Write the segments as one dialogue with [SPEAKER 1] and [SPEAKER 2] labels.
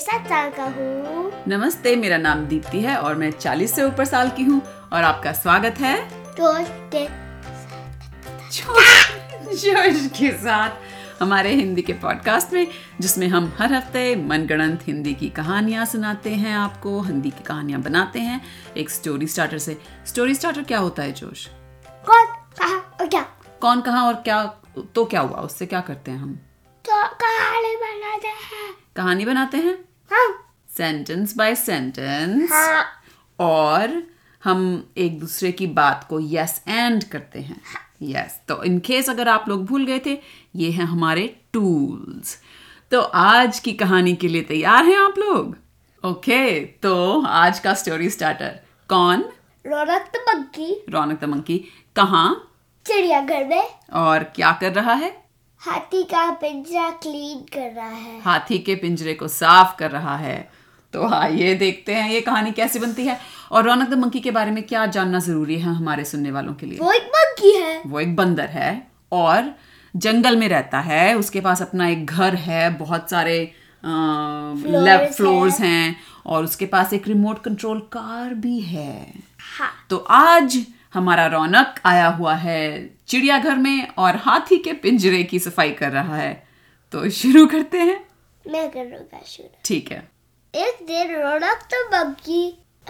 [SPEAKER 1] साल का हूँ
[SPEAKER 2] नमस्ते मेरा नाम दीप्ति है और मैं 40 से ऊपर साल की हूँ और आपका स्वागत है
[SPEAKER 1] छोटे
[SPEAKER 2] जोश जोश के साथ हमारे हिंदी के पॉडकास्ट में जिसमें हम हर हफ्ते मनगणंत हिंदी की कहानियाँ सुनाते हैं आपको हिंदी की कहानियाँ बनाते हैं एक स्टोरी स्टार्टर से स्टोरी स्टार्टर क्या होता है जोश
[SPEAKER 1] कौन कहा और क्या
[SPEAKER 2] कौन कहाँ और क्या तो क्या हुआ उससे क्या करते हैं हम
[SPEAKER 1] तो कहानी बनाते हैं
[SPEAKER 2] कहानी बनाते हैं
[SPEAKER 1] हम
[SPEAKER 2] सेंटेंस बाय सेंटेंस
[SPEAKER 1] हाँ
[SPEAKER 2] और हम एक दूसरे की बात को यस एंड करते हैं यस तो इन केस अगर आप लोग भूल गए थे ये हैं हमारे टूल्स तो आज की कहानी के लिए तैयार हैं आप लोग ओके तो आज का स्टोरी स्टार्टर कौन
[SPEAKER 1] रौनक तो बग्गी
[SPEAKER 2] रौनक तमंकी कहाँ
[SPEAKER 1] चिड़ियाघर में
[SPEAKER 2] और क्या कर रहा है
[SPEAKER 1] हाथी का पिंजरा क्लीन कर रहा है
[SPEAKER 2] हाथी के पिंजरे को साफ कर रहा है तो आइए देखते हैं ये कहानी कैसे बनती है और रौनक द मंकी के बारे में क्या जानना जरूरी है हमारे सुनने वालों के लिए
[SPEAKER 1] वो एक बग्गी है
[SPEAKER 2] वो एक बंदर है और जंगल में रहता है उसके पास अपना एक घर है बहुत सारे लेफ्ट
[SPEAKER 1] Floors
[SPEAKER 2] फ्लोर्स हैं और उसके पास एक रिमोट कंट्रोल कार भी है
[SPEAKER 1] हाँ
[SPEAKER 2] तो आज हमारा रौनक आया हुआ है चिड़ियाघर में और हाथी के पिंजरे की सफाई कर रहा है तो शुरू करते हैं
[SPEAKER 1] मैं करूँगा शुरू
[SPEAKER 2] ठीक है
[SPEAKER 1] एक दिन रौनक तो बग्गी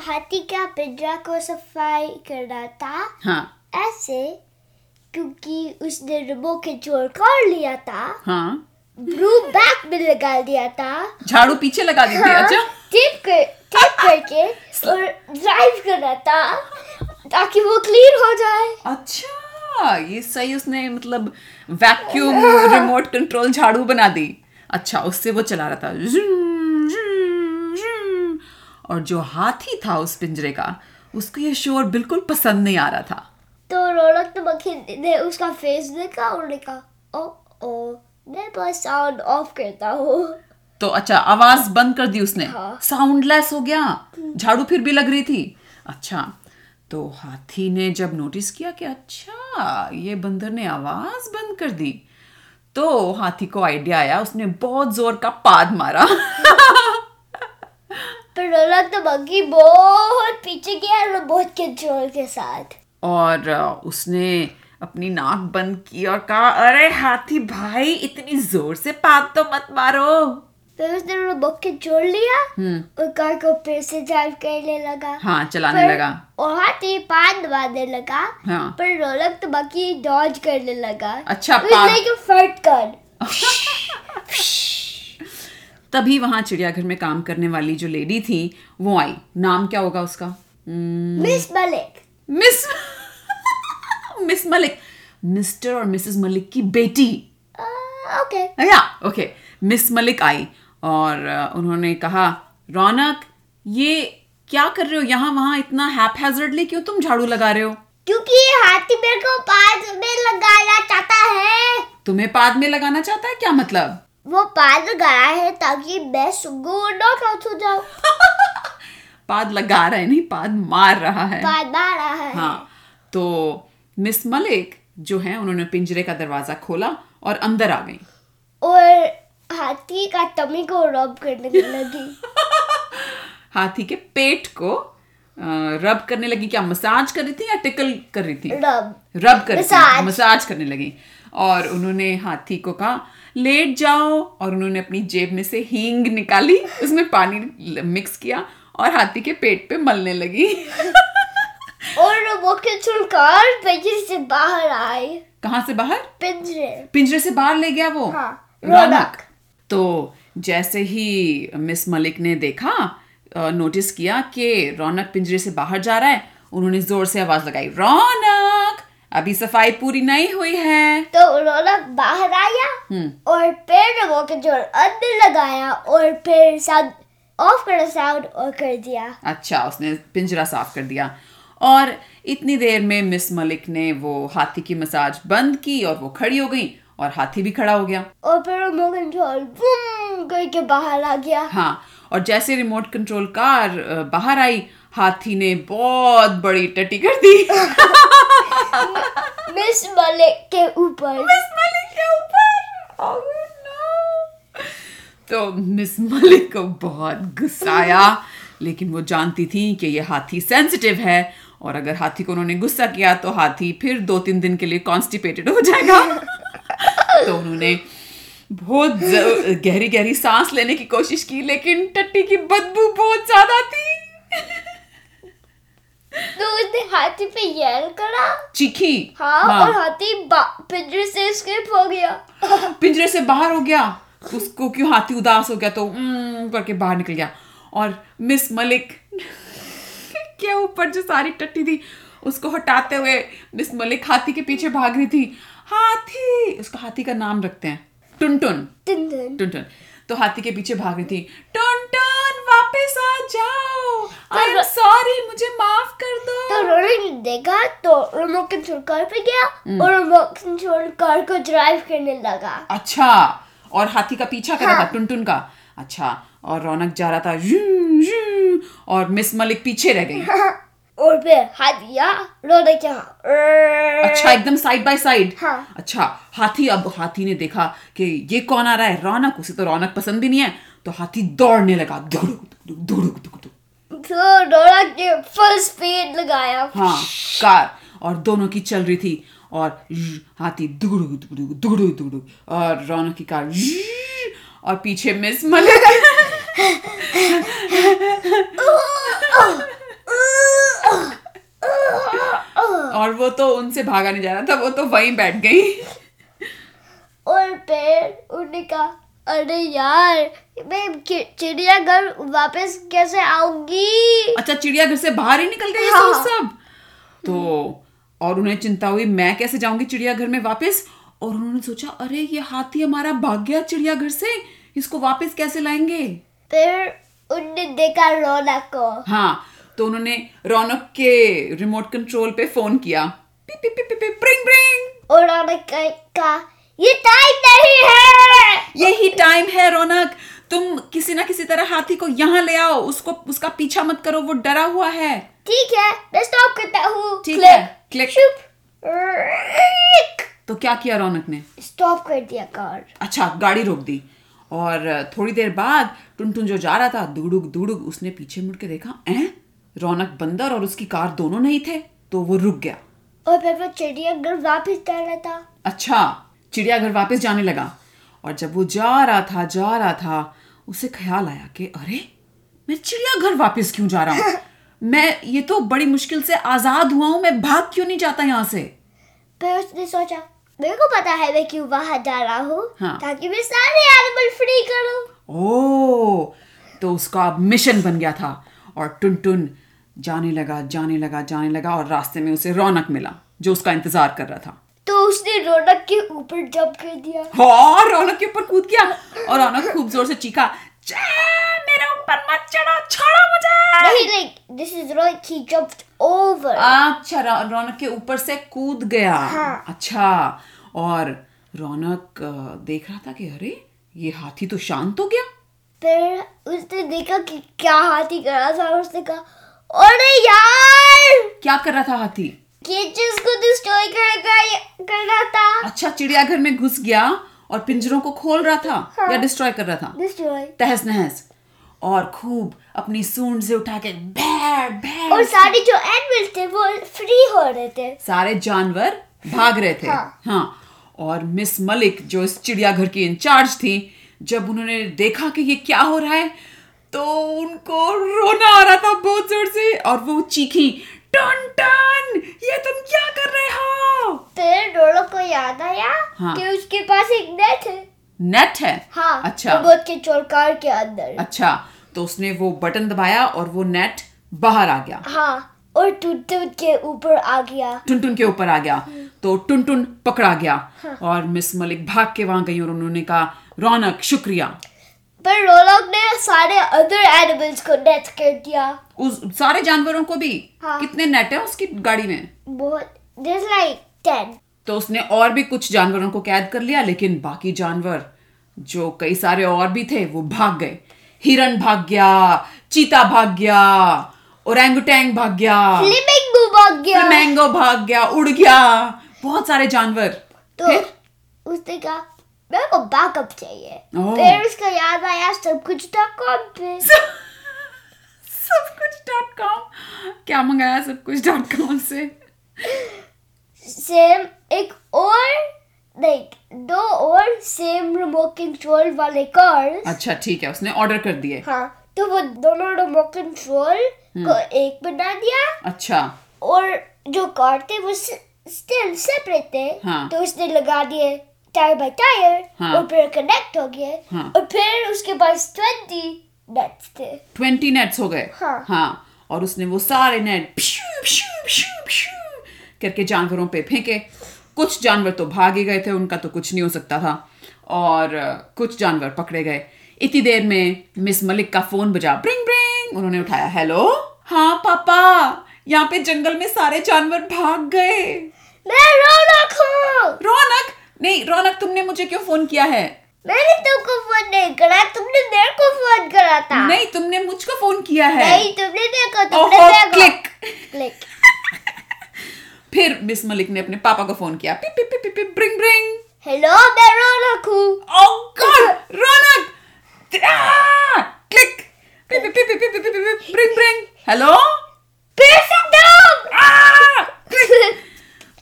[SPEAKER 1] हाथी का पिंजरा को सफाई कर रहा था
[SPEAKER 2] हाँ
[SPEAKER 1] ऐसे क्योंकि उसने रिमो के जोड़ कर लिया था
[SPEAKER 2] हाँ
[SPEAKER 1] ब्लू बैग में लगा दिया था
[SPEAKER 2] झाड़ू पीछे लगा दी
[SPEAKER 1] हाँ।
[SPEAKER 2] थी अच्छा
[SPEAKER 1] टेप कर टेप करके और ड्राइव कर रहा था ताकि वो क्लीन हो जाए
[SPEAKER 2] अच्छा ये सही उसने मतलब वैक्यूम रिमोट कंट्रोल झाड़ू बना दी अच्छा उससे वो चला रहा था Zoom, zoom, zoom। और जो हाथी था उस पिंजरे का उसको ये शोर बिल्कुल पसंद नहीं आ रहा था
[SPEAKER 1] तो रौनक तो मक्खी ने उसका फेस देखा और ने कहा ओ ओ मैं बस साउंड ऑफ करता हूँ
[SPEAKER 2] तो अच्छा आवाज बंद कर दी उसने
[SPEAKER 1] हाँ।
[SPEAKER 2] साउंडलेस हो गया झाड़ू फिर भी लग रही थी अच्छा तो हाथी ने जब नोटिस किया कि अच्छा ये बंदर ने आवाज बंद कर दी तो हाथी को आइडिया आया उसने बहुत जोर का पाद मारा
[SPEAKER 1] पर रौनक तो मक्खी बहुत पीछे गया और बहुत कंट्रोल के साथ
[SPEAKER 2] और अ, उसने अपनी नाक बंद की और कहा अरे हाथी भाई इतनी जोर से पाद तो मत मारो
[SPEAKER 1] फिर उसने रोबोट के जोड़ लिया
[SPEAKER 2] हम्म
[SPEAKER 1] और कार को फिर से ड्राइव करने लगा
[SPEAKER 2] हाँ चलाने
[SPEAKER 1] पर-
[SPEAKER 2] लगा
[SPEAKER 1] और हाथी पान दबाने लगा
[SPEAKER 2] हाँ
[SPEAKER 1] पर रौनक तो बाकी डॉज करने लगा
[SPEAKER 2] अच्छा,
[SPEAKER 1] उसने
[SPEAKER 2] पान-
[SPEAKER 1] कि फट कर
[SPEAKER 2] तभी वहां चिड़ियाघर में काम करने वाली जो लेडी थी वो आई नाम क्या होगा उसका Hmm,
[SPEAKER 1] miss Malik
[SPEAKER 2] miss miss Malik mister और मिसेस मलिक की बेटी
[SPEAKER 1] आ, ओके
[SPEAKER 2] या ओके मिस मलिक आई और अ, उन्होंने कहा रौनक ये क्या कर रहे हो यहाँ वहाँ इतना हैपहैजर्डली क्यों तुम झाड़ू लगा रहे हो
[SPEAKER 1] क्योंकि ये हाथी मेरे को पान में लगाना चाहता है
[SPEAKER 2] तुम्हें पाद में लगाना चाहता है क्या मतलब
[SPEAKER 1] वो पान लगाया है ताकि मैं सुगो नॉट आउट हो जाऊं
[SPEAKER 2] पाद लगा रहा है नहीं पाद मार रहा है
[SPEAKER 1] पान मार रहा है
[SPEAKER 2] हाँ तो मिस मलिक जो है उन्होंने पिंजरे का दरवाजा खोला और अंदर आ गई
[SPEAKER 1] और हाथी का टमी को रब करने लगी
[SPEAKER 2] हाथी के पेट को रब करने लगी क्या मसाज कर रही थी या टिकल कर रही थी
[SPEAKER 1] रब
[SPEAKER 2] रब कर रही थी
[SPEAKER 1] मसाज।
[SPEAKER 2] मसाज करने लगी और उन्होंने हाथी को कहा लेट जाओ और उन्होंने अपनी जेब में से हींग निकाली उसमें पानी मिक्स किया और हाथी के पेट पे मलने लगी
[SPEAKER 1] और वो खिलकार पिंजरे से बाहर आए
[SPEAKER 2] कहाँ से बाहर
[SPEAKER 1] पिंजरे
[SPEAKER 2] पिंजरे से बाहर ले गया वो
[SPEAKER 1] हाँ,
[SPEAKER 2] रौनक
[SPEAKER 1] रौनक।
[SPEAKER 2] तो जैसे ही मिस मलिक ने देखा अ, नोटिस किया कि रौनक पिंजरे से बाहर जा रहा है उन्होंने जोर से आवाज लगाई रौनक अभी सफाई पूरी नहीं हुई है
[SPEAKER 1] तो उन्होंने बाहर आया और फिर वो के जोड़ अंदर लगाया और फिर साउंड ऑफ कर साउंड और कर दिया
[SPEAKER 2] अच्छा उसने पिंजरा साफ कर दिया और इतनी देर में मिस मलिक ने वो हाथी की मसाज बंद की और वो खड़ी हो गई और हाथी भी खड़ा हो गया
[SPEAKER 1] और फिर वो कंट्रोल बूम करके बाहर आ गया
[SPEAKER 2] हाँ और जैसे रिमोट कंट्रोल कार अ, बाहर आई हाथी ने बहुत बड़ी टटी कर दी
[SPEAKER 1] मिस मलिक के ऊपर
[SPEAKER 2] मलिक के ऊपर Oh, तो मिस मलिक को बहुत गुस्सा आया लेकिन वो जानती थी कि ये हाथी सेंसिटिव है और अगर हाथी को उन्होंने गुस्सा किया तो हाथी फिर दो तीन दिन के लिए कॉन्स्टिपेटेड हो जाएगा तो उन्होंने बहुत ज- गहरी गहरी सांस लेने की कोशिश की लेकिन टट्टी की बदबू बहुत ज्यादा थी
[SPEAKER 1] तो उसने हाथी पे यल करा
[SPEAKER 2] चीखी
[SPEAKER 1] हाँ, और हाथी बा- पिंजरे से स्किप हो गया
[SPEAKER 2] पिंजरे से बाहर हो गया उसको क्यों हाथी उदास हो गया तो "उम्म" करके बाहर निकल गया और मिस मलिक के ऊपर जो सारी टट्टी थी उसको हटाते हुए मिस मलिक हाथी के पीछे भाग रही थी हाथी उसको हाथी का नाम रखते हैं टुनटुन
[SPEAKER 1] दिन दिन
[SPEAKER 2] टुनटुन तो हाथी के पीछे भाग रही थी टुनटुन वापस आ जाओ आई एम
[SPEAKER 1] पर-
[SPEAKER 2] सॉरी मुझे माफ कर
[SPEAKER 1] तो
[SPEAKER 2] दो
[SPEAKER 1] रोनी ने देखा तो रिमोट कंट्रोल कार पे गया और रिमोट कंट्रोल कार को ड्राइव करने लगा
[SPEAKER 2] अच्छा और हाथी का पीछा कर रहा था टुनटुन का अच्छा और रौनक जा रहा था "यूं, यूं", और मिस मलिक पीछे रह
[SPEAKER 1] हाँ।
[SPEAKER 2] गई
[SPEAKER 1] और फिर हाथी यहाँ रोने के यहाँ
[SPEAKER 2] अच्छा एकदम साइड बाय साइड
[SPEAKER 1] हाँ।
[SPEAKER 2] अच्छा हाथी अब हाथी ने देखा कि ये कौन आ रहा है रौनक उसे तो रौनक पसंद भी नहीं है तो हाथी दौड़ने लगा धुड़ुक धुड़ुक धुड़ुक धुड़ुक धुड़ुक।
[SPEAKER 1] तो रोनक ने फुल स्पीड लगाया
[SPEAKER 2] हाँ कार और दोनों की चल रही थी और ज़, हाथी दुगड़ुक दुगड़ुक दुगड़ुक दुगड़ुक और रौनक की कार ज़, और पीछे मिस मलिक और वो तो उनसे भागा नहीं जा रहा था वो तो वहीं बैठ गई
[SPEAKER 1] और फिर उन्होंने कहा अरे यार मैं चि- चिड़ियाघर वापस कैसे आऊंगी
[SPEAKER 2] अच्छा चिड़ियाघर से बाहर ही निकल गए ये सब
[SPEAKER 1] हाँ।
[SPEAKER 2] सब तो और उन्हें चिंता हुई मैं कैसे जाऊंगी चिड़ियाघर में वापस और उन्होंने सोचा अरे ये हाथी हमारा भाग गया चिड़ियाघर से इसको वापस कैसे लाएंगे
[SPEAKER 1] फिर उनने देखा रौनक को
[SPEAKER 2] हाँ तो उन्होंने रौनक के रिमोट कंट्रोल पे फोन किया पिप पिप पिप पिप ब्रिंग ब्रिंग
[SPEAKER 1] और रौनक का- कहा ये टाइम नहीं है
[SPEAKER 2] यही टाइम है रौनक तुम किसी ना किसी तरह हाथी को यहाँ ले आओ उसको उसका पीछा मत करो वो डरा हुआ है
[SPEAKER 1] ठीक है मैं स्टॉप करता हूँ
[SPEAKER 2] ठीक है, क्लिक।
[SPEAKER 1] शुप
[SPEAKER 2] तो क्या किया रौनक ने
[SPEAKER 1] स्टॉप कर दिया कार
[SPEAKER 2] अच्छा गाड़ी रोक दी और थोड़ी देर बाद टुनटुन जो जा रहा था दुड़ुक दुड़ुक उसने पीछे मुड़ के देखा ए रौनक बंदर और उसकी कार दोनों नहीं थे तो वो रुक गया
[SPEAKER 1] और फिर वो चिड़ियाघर वापस जा रहा था
[SPEAKER 2] अच्छा चिड़ियाघर वापस जाने लगा और जब वो जा रहा था जा रहा था उसे ख्याल आया कि अरे मैं चिड़ियाघर वापस क्यों जा रहा हूँ मैं ये तो बड़ी मुश्किल से आजाद हुआ हूँ मैं भाग क्यों नहीं जाता यहाँ से
[SPEAKER 1] फिर उसने सोचा मेरे को पता है मैं क्यों बाहर जा रहा हूँ
[SPEAKER 2] हाँ।
[SPEAKER 1] ताकि मैं सारे एनिमल फ्री करूँ
[SPEAKER 2] ओ तो उसका अब मिशन बन गया था और टुनटुन जाने लगा जाने लगा जाने लगा और रास्ते में उसे रौनक मिला जो उसका इंतजार कर रहा था
[SPEAKER 1] तो उसने रौनक के ऊपर जंप कर दिया
[SPEAKER 2] और हाँ, रौनक के ऊपर कूद गया और रौनक खूब जोर से चीखा "चे, मेरे ऊपर मत चढ़ो छोड़ो मुझे
[SPEAKER 1] नहीं like this is wrong he jumped over
[SPEAKER 2] अच्छा रौ- रौनक के ऊपर से कूद गया
[SPEAKER 1] हाँ।
[SPEAKER 2] अच्छा और रौनक अ, देख रहा था कि अरे ये हाथी तो शांत हो गया
[SPEAKER 1] फिर उसने देखा कि क्या हाथी कर रहा था और उसने कहा अरे यार
[SPEAKER 2] क्या कर रहा था हाथी
[SPEAKER 1] केचेस को डिस्ट्रॉय कर कर- कर रहा था
[SPEAKER 2] अच्छा चिड़ियाघर में घुस गया और पिंजरों को खोल रहा था
[SPEAKER 1] हाँ।
[SPEAKER 2] या डिस्ट्रॉय कर रहा था
[SPEAKER 1] डिस्ट्रॉय
[SPEAKER 2] तहस नहस और खूब अपनी सूंड से उठा के भैर भैर
[SPEAKER 1] और सारे जो एनिमल्स थे वो फ्री हो रहे थे
[SPEAKER 2] सारे जानवर भाग रहे थे
[SPEAKER 1] हाँ।
[SPEAKER 2] और मिस मलिक जो इस चिड़ियाघर की इंचार्ज थी जब उन्होंने देखा कि ये क्या हो रहा है तो उनको रोना आ रहा था बहुत जोर से और वो चीखी टन टन ये तुम क्या कर रहे हो
[SPEAKER 1] फिर डोलो को याद आया
[SPEAKER 2] हाँ।
[SPEAKER 1] कि उसके पास एक नेट है
[SPEAKER 2] नेट है
[SPEAKER 1] हाँ
[SPEAKER 2] अच्छा
[SPEAKER 1] रोबोट के चोरकार के अंदर
[SPEAKER 2] अच्छा तो उसने वो बटन दबाया और वो नेट बाहर आ गया
[SPEAKER 1] हाँ और टूटते के ऊपर आ गया
[SPEAKER 2] टुनटुन के ऊपर आ गया तो टुनटुन पकड़ा गया और मिस मलिक भाग के वहां गई और उन्होंने कहा रौनक शुक्रिया
[SPEAKER 1] पर रोलॉक ने सारे अदर एनिमल्स को डेथ कर दिया
[SPEAKER 2] उस सारे जानवरों को भी
[SPEAKER 1] हाँ।
[SPEAKER 2] कितने नेट है उसकी गाड़ी में
[SPEAKER 1] बहुत दिस लाइक टेन
[SPEAKER 2] तो उसने और भी कुछ जानवरों को कैद कर लिया लेकिन बाकी जानवर जो कई सारे और भी थे वो भाग गए हिरन भाग गया चीता भाग गया ओरेंगुटैंग भाग गया
[SPEAKER 1] फ्लेमिंगो भाग गया
[SPEAKER 2] मैंगो भाग गया उड़ गया बहुत सारे जानवर
[SPEAKER 1] तो उसने कहा मेरे को बैकअप चाहिए
[SPEAKER 2] ओह।
[SPEAKER 1] फिर उसका याद आया सब कुछ डॉट कॉम पे
[SPEAKER 2] सब कुछ डॉट कॉम क्या मंगाया सब कुछ डॉट कॉम से
[SPEAKER 1] सेम एक और लाइक दो और सेम रिमोट कंट्रोल वाले कार्स
[SPEAKER 2] अच्छा ठीक है उसने ऑर्डर कर दिए
[SPEAKER 1] हाँ तो वो दोनों रिमोट कंट्रोल
[SPEAKER 2] हम्म।
[SPEAKER 1] को एक बना दिया
[SPEAKER 2] अच्छा
[SPEAKER 1] और जो कार थे वो स्टिल सेपरेट थे
[SPEAKER 2] हाँ।
[SPEAKER 1] तो उसने लगा दिए टायर बाय टायर
[SPEAKER 2] हाँ।
[SPEAKER 1] और फिर कनेक्ट हो गए
[SPEAKER 2] हाँ।
[SPEAKER 1] और फिर उसके पास ट्वेंटी नट्स थे
[SPEAKER 2] ट्वेंटी नेट्स हो गए
[SPEAKER 1] हाँ।
[SPEAKER 2] और उसने वो सारे नेट प्शू, प्शू, प्शू, प्शू करके जानवरों पे फेंके कुछ जानवर तो भागे गए थे उनका तो कुछ नहीं हो सकता था और अ, कुछ जानवर पकड़े गए इतनी देर में मिस मलिक का फोन बजा ब्रिंग ब्रिंग उन्होंने उठाया हेलो हाँ पापा यहाँ पे जंगल में सारे जानवर भाग गए
[SPEAKER 1] मैं रौनक हूँ
[SPEAKER 2] रौनक नहीं रौनक तुमने मुझे क्यों फोन किया है
[SPEAKER 1] मैंने तुमको फोन नहीं करा तुमने मेरे को फोन करा था
[SPEAKER 2] नहीं तुमने मुझको फोन किया है
[SPEAKER 1] हाँ। नहीं तुमने मेरे को तुमने
[SPEAKER 2] ओहो
[SPEAKER 1] मेरे को
[SPEAKER 2] क्लिक
[SPEAKER 1] क्लिक
[SPEAKER 2] फिर मिस मलिक ने अपने पापा को फोन किया पिप पिप पिप पिप पिप ब्रिंग ब्रिंग
[SPEAKER 1] हेलो मैं रौनक हूँ
[SPEAKER 2] ओह गॉड रौनक आह! क्लिक पिप पिप पिप पिप पिप पिप पिप पिप ब्रिंग ब्रिंग हेलो
[SPEAKER 1] फिर से तुम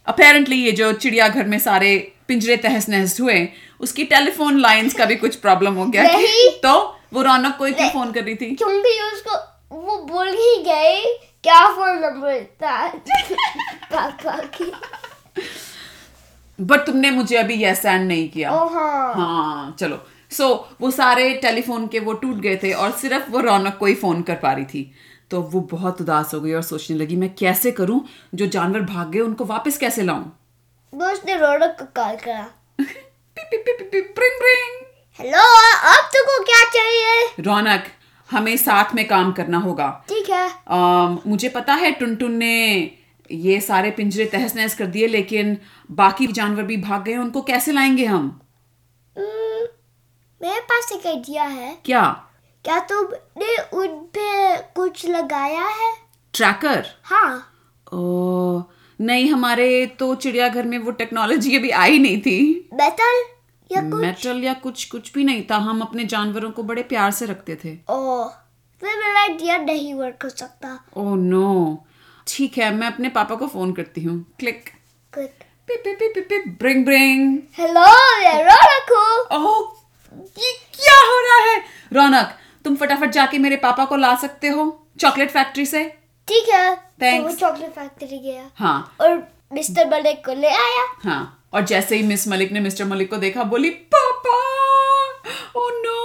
[SPEAKER 2] अपेरेंटली ये जो चिड़ियाघर में सारे पिंजरे तहस नहस हुए उसकी टेलीफोन लाइंस का भी कुछ प्रॉब्लम हो गया
[SPEAKER 1] नहीं।
[SPEAKER 2] तो वो रौनक को ही क्यों फोन कर रही थी
[SPEAKER 1] तुम भी उसको वो भूल ही गए क्या फोन नंबर था पापा की
[SPEAKER 2] बट तुमने मुझे अभी यस एंड नहीं किया
[SPEAKER 1] ओ हाँ
[SPEAKER 2] हाँ चलो सो वो सारे टेलीफोन के वो टूट गए थे और सिर्फ वो रौनक को ही फोन कर पा रही थी तो वो बहुत उदास हो गई और सोचने लगी मैं कैसे करूं जो जानवर भाग गए उनको वापस कैसे लाऊं
[SPEAKER 1] वो उसने रौनक को कॉल करा
[SPEAKER 2] पिप, पिप, पिप, पिप, पिप, प्रिंग, प्रिंग।
[SPEAKER 1] हेलो अब तुमको क्या चाहिए
[SPEAKER 2] रौनक हमें साथ में काम करना होगा
[SPEAKER 1] ठीक है
[SPEAKER 2] अम, मुझे पता है टुनटुन ने ये सारे पिंजरे तहस नहस कर दिए लेकिन बाकी जानवर भी भाग गए उनको कैसे लाएंगे हम
[SPEAKER 1] उम्म, मेरे पास एक आइडिया है
[SPEAKER 2] क्या
[SPEAKER 1] क्या तुमने उन पे कुछ लगाया है
[SPEAKER 2] ट्रैकर
[SPEAKER 1] हाँ
[SPEAKER 2] ओ नहीं हमारे तो चिड़ियाघर में वो टेक्नोलॉजी अभी आई नहीं थी
[SPEAKER 1] मेटल या कुछ
[SPEAKER 2] मेटल या कुछ कुछ भी नहीं था हम अपने जानवरों को बड़े प्यार से रखते थे
[SPEAKER 1] ओ फिर मेरा आइडिया नहीं वर्क हो सकता
[SPEAKER 2] ओह नो ठीक है मैं अपने पापा को फोन करती हूँ क्लिक
[SPEAKER 1] गुड
[SPEAKER 2] पिप पिप पिप पिप पिप ब्रिंग ब्रिंग
[SPEAKER 1] हेलो मैं रौनक हूँ
[SPEAKER 2] ओह ये क्या हो रहा है रौनक तुम फटाफट जाके मेरे पापा को ला सकते हो चॉकलेट फैक्ट्री से
[SPEAKER 1] ठीक है तो वो
[SPEAKER 2] Thanks.
[SPEAKER 1] चॉकलेट फैक्ट्री गया
[SPEAKER 2] हाँ
[SPEAKER 1] और मिस्टर मलिक को ले आया
[SPEAKER 2] हाँ और जैसे ही मिस मलिक ने मिस्टर मलिक को देखा बोली पापा ओ नो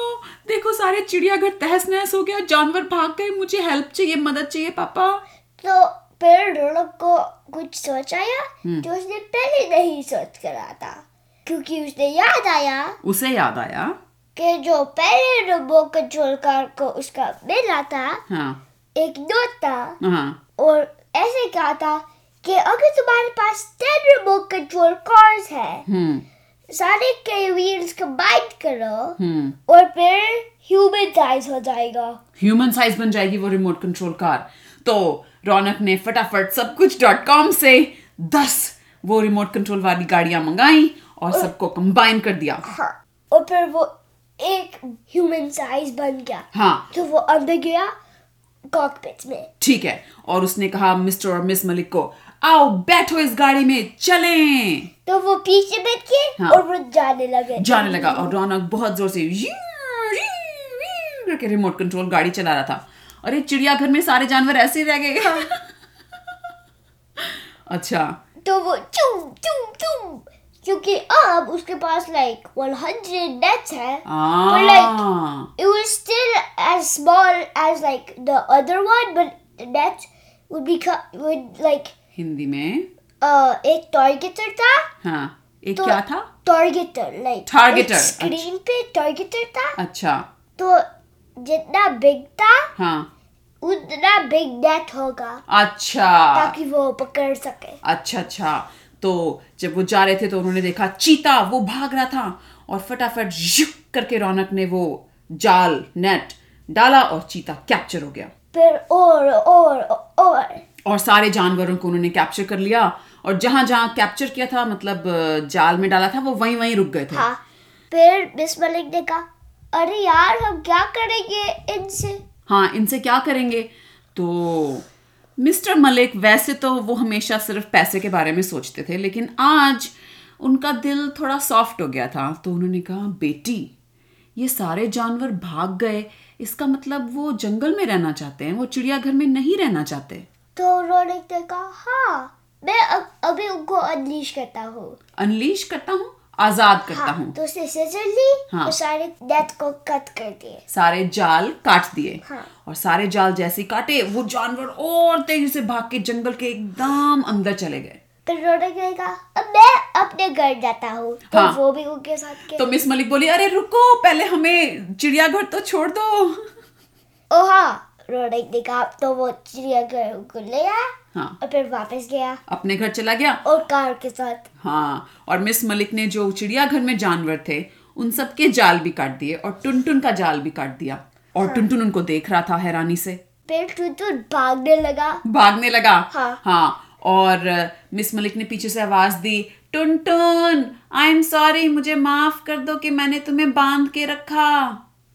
[SPEAKER 2] देखो सारे चिड़ियाघर तहस नहस हो गया जानवर भाग गए मुझे हेल्प चाहिए मदद चाहिए पापा
[SPEAKER 1] तो फिर रौनक को कुछ सोच आया जो उसने पहले नहीं सोच करा था क्योंकि उसने याद आया
[SPEAKER 2] उसे याद आया
[SPEAKER 1] कि जो पहले रोबोट कंट्रोल कार को उसका मिला था
[SPEAKER 2] हाँ
[SPEAKER 1] एक नोट था
[SPEAKER 2] हाँ
[SPEAKER 1] और ऐसे कहा था कि अगर तुम्हारे पास टेन रिमोट कंट्रोल कार्स है
[SPEAKER 2] हम्म
[SPEAKER 1] सारे के व्हील्स कंबाइन करो
[SPEAKER 2] हम्म
[SPEAKER 1] और फिर ह्यूमन साइज हो जाएगा
[SPEAKER 2] ह्यूमन साइज बन जाएगी वो रिमोट कंट्रोल कार तो रौनक ने फटाफट सब कुछ डॉट कॉम से दस वो रिमोट कंट्रोल वाली गाड़ियां मंगाई और सबको कंबाइन कर दिया
[SPEAKER 1] हाँ और फिर वो एक ह्यूमन साइज बन गया
[SPEAKER 2] हाँ
[SPEAKER 1] तो वो अंदर गया कॉकपिट में
[SPEAKER 2] ठीक है और उसने कहा मिस्टर और मिस मलिक को आओ बैठो इस गाड़ी में चलें
[SPEAKER 1] तो वो पीछे बैठ के
[SPEAKER 2] हाँ।
[SPEAKER 1] और वो जाने लगे
[SPEAKER 2] जाने लगा और रौनक बहुत जोर से "यू, यू, यू" करके रिमोट कंट्रोल गाड़ी चला रहा था अरे चिड़ियाघर में सारे जानवर ऐसे ही रह गए अच्छा
[SPEAKER 1] तो वो चूम चूम चूम क्योंकि अब उसके पास लाइक 100 नेट्स है
[SPEAKER 2] हाँ।
[SPEAKER 1] पर like
[SPEAKER 2] ah,
[SPEAKER 1] it was still as small as like the other one, but the net would become would like
[SPEAKER 2] Hindi में
[SPEAKER 1] uh एक targeter था
[SPEAKER 2] हाँ एक
[SPEAKER 1] तो
[SPEAKER 2] क्या था
[SPEAKER 1] targeter like
[SPEAKER 2] Targeter,
[SPEAKER 1] एक screen पे targeter था
[SPEAKER 2] अच्छा
[SPEAKER 1] तो जितना big था
[SPEAKER 2] हाँ
[SPEAKER 1] उतना big net होगा
[SPEAKER 2] अच्छा
[SPEAKER 1] ताकि वो पकड़ सके
[SPEAKER 2] अच्छा अच्छा तो जब वो जा रहे थे तो उन्होंने देखा चीता वो भाग रहा था और फटाफट झुक करके रौनक ने वो जाल नेट डाला और चीता कैप्चर हो गया
[SPEAKER 1] फिर और और और
[SPEAKER 2] और सारे जानवरों को उन्होंने कैप्चर कर लिया और जहां जहां कैप्चर किया था मतलब अ, जाल में डाला था वो वहीं वहीं रुक गए थे
[SPEAKER 1] हाँ फिर मिस मलिक ने कहा अरे यार हम क्या करेंगे इनसे
[SPEAKER 2] हाँ इनसे क्या करेंगे तो मिस्टर मलिक वैसे तो वो हमेशा सिर्फ पैसे के बारे में सोचते थे लेकिन आज उनका दिल थोड़ा सॉफ्ट हो गया था तो उन्होंने कहा बेटी ये सारे जानवर भाग गए इसका मतलब वो जंगल में रहना चाहते हैं वो चिड़ियाघर में नहीं रहना चाहते
[SPEAKER 1] तो उन्होंने ने कहा हाँ मैं अब अभी उनको अनलीश करता हूँ
[SPEAKER 2] अनलीश करता हूँ आज़ाद करता
[SPEAKER 1] हाँ
[SPEAKER 2] हूँ
[SPEAKER 1] तो उसने सिजर ली
[SPEAKER 2] हाँ।
[SPEAKER 1] और सारे डेथ को कट कर दिए
[SPEAKER 2] सारे जाल काट दिए
[SPEAKER 1] हाँ।
[SPEAKER 2] और सारे जाल जैसे ही काटे वो जानवर और तेजी से भाग के जंगल के एकदम अंदर चले गए
[SPEAKER 1] फिर उन्होंने ने कहा अब मैं अपने घर जाता हूँ तो
[SPEAKER 2] हाँ।
[SPEAKER 1] वो भी उनके साथ गए
[SPEAKER 2] तो मिस मलिक बोली अरे रुको पहले हमें चिड़ियाघर तो छोड़ दो
[SPEAKER 1] ओ हाँ उन्होंने ने कहा तो वो चिड़ियाघर उनको ले आया
[SPEAKER 2] हाँ
[SPEAKER 1] और फिर वापस गया
[SPEAKER 2] अपने घर चला गया
[SPEAKER 1] और कार के साथ
[SPEAKER 2] हाँ और मिस मलिक ने जो चिड़ियाघर में जानवर थे उन सब के जाल भी काट दिए और टुनटुन का जाल भी काट दिया और टुनटुन उनको देख रहा था हैरानी से
[SPEAKER 1] फिर टूटू भागने लगा
[SPEAKER 2] भागने लगा
[SPEAKER 1] हाँ।
[SPEAKER 2] हाँ और अ, मिस मलिक ने पीछे से आवाज दी टुनटुन आई एम सॉरी मुझे माफ कर दो कि मैंने तुम्हें बांध के रखा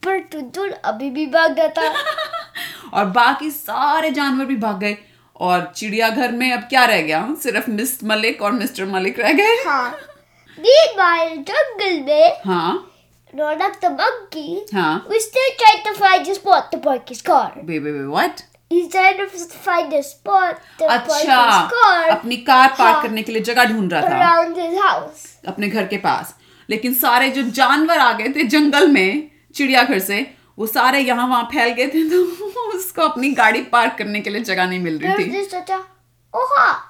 [SPEAKER 1] पर टूटू अभी भी भाग रहा था
[SPEAKER 2] और बाकी सारे जानवर भी भाग गए और चिड़ियाघर में अब क्या रह गया सिर्फ मिस मलिक और मिस्टर मलिक रह गए
[SPEAKER 1] हाँ Meanwhile, jungle में
[SPEAKER 2] हाँ
[SPEAKER 1] Ronak the monkey
[SPEAKER 2] हाँ
[SPEAKER 1] was still trying to find a spot to park his car.
[SPEAKER 2] वे वे वे what
[SPEAKER 1] He's trying to find a spot to park
[SPEAKER 2] अच्छा
[SPEAKER 1] his car
[SPEAKER 2] अपनी कार पार्क
[SPEAKER 1] हाँ।
[SPEAKER 2] करने के लिए जगह ढूंढ रहा था
[SPEAKER 1] around his house.
[SPEAKER 2] अपने घर के पास लेकिन सारे जो जानवर आ गए थे जंगल में चिड़ियाघर से वो सारे यहाँ वहाँ फैल गए थे तो उसको अपनी गाड़ी पार्क करने के लिए जगह नहीं मिल
[SPEAKER 1] फिर
[SPEAKER 2] रही थी
[SPEAKER 1] उसने सोचा ओ हाँ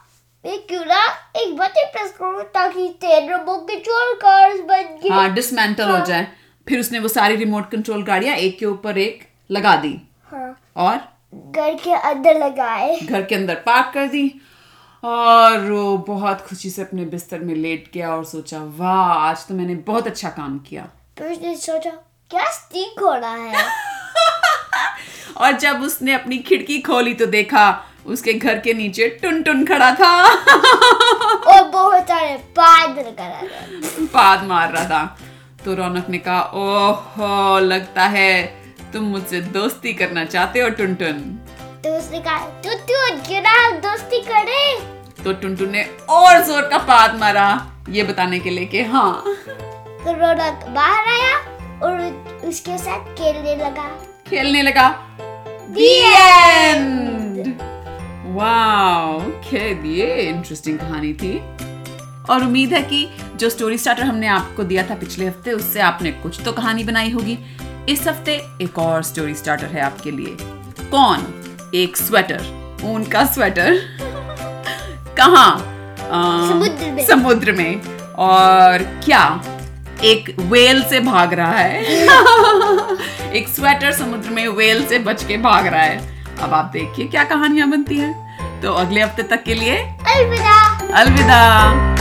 [SPEAKER 1] मैं क्यों ना एक बटन प्रेस करूँ ताकि तेरे रिमोट के चोर कार्स बन गए
[SPEAKER 2] हाँ डिसमेंटल हो जाए फिर उसने वो सारी रिमोट कंट्रोल गाड़ियाँ एक के ऊपर एक लगा दी
[SPEAKER 1] हाँ
[SPEAKER 2] और
[SPEAKER 1] घर के अंदर लगाए
[SPEAKER 2] घर के अंदर पार्क कर दी और वो बहुत खुशी से अपने बिस्तर में लेट गया और सोचा वाह आज तो मैंने बहुत अच्छा काम किया
[SPEAKER 1] फिर उसने सोचा क्या स्टिक हो रहा है
[SPEAKER 2] और जब उसने अपनी खिड़की खोली तो देखा उसके घर के नीचे टुन टुन खड़ा था
[SPEAKER 1] और बहुत सारे बादल करा रहे
[SPEAKER 2] पाद मार रहा था तो रौनक ने कहा ओहो लगता है तुम मुझसे दोस्ती करना चाहते हो टुन टुन
[SPEAKER 1] तो उसने कहा तू तू क्यों ना हम दोस्ती करें
[SPEAKER 2] तो टुन टुन ने और जोर का पाद मारा ये बताने के लिए कि हाँ
[SPEAKER 1] तो रौनक बाहर आया और उ- उसके साथ खेलने लगा
[SPEAKER 2] खेलने लगा
[SPEAKER 1] The
[SPEAKER 2] वाओ खेद ये इंटरेस्टिंग कहानी थी और उम्मीद है कि जो स्टोरी स्टार्टर हमने आपको दिया था पिछले हफ्ते उससे आपने कुछ तो कहानी बनाई होगी इस हफ्ते एक और स्टोरी स्टार्टर है आपके लिए कौन एक स्वेटर ऊन का स्वेटर कहाँ अम,
[SPEAKER 1] समुद्र में।
[SPEAKER 2] समुद्र में और क्या एक वेल से भाग रहा है एक स्वेटर समुद्र में वेल से बच के भाग रहा है अब आप देखिए क्या कहानियां बनती हैं तो अगले हफ्ते तक के लिए
[SPEAKER 1] अलविदा
[SPEAKER 2] अलविदा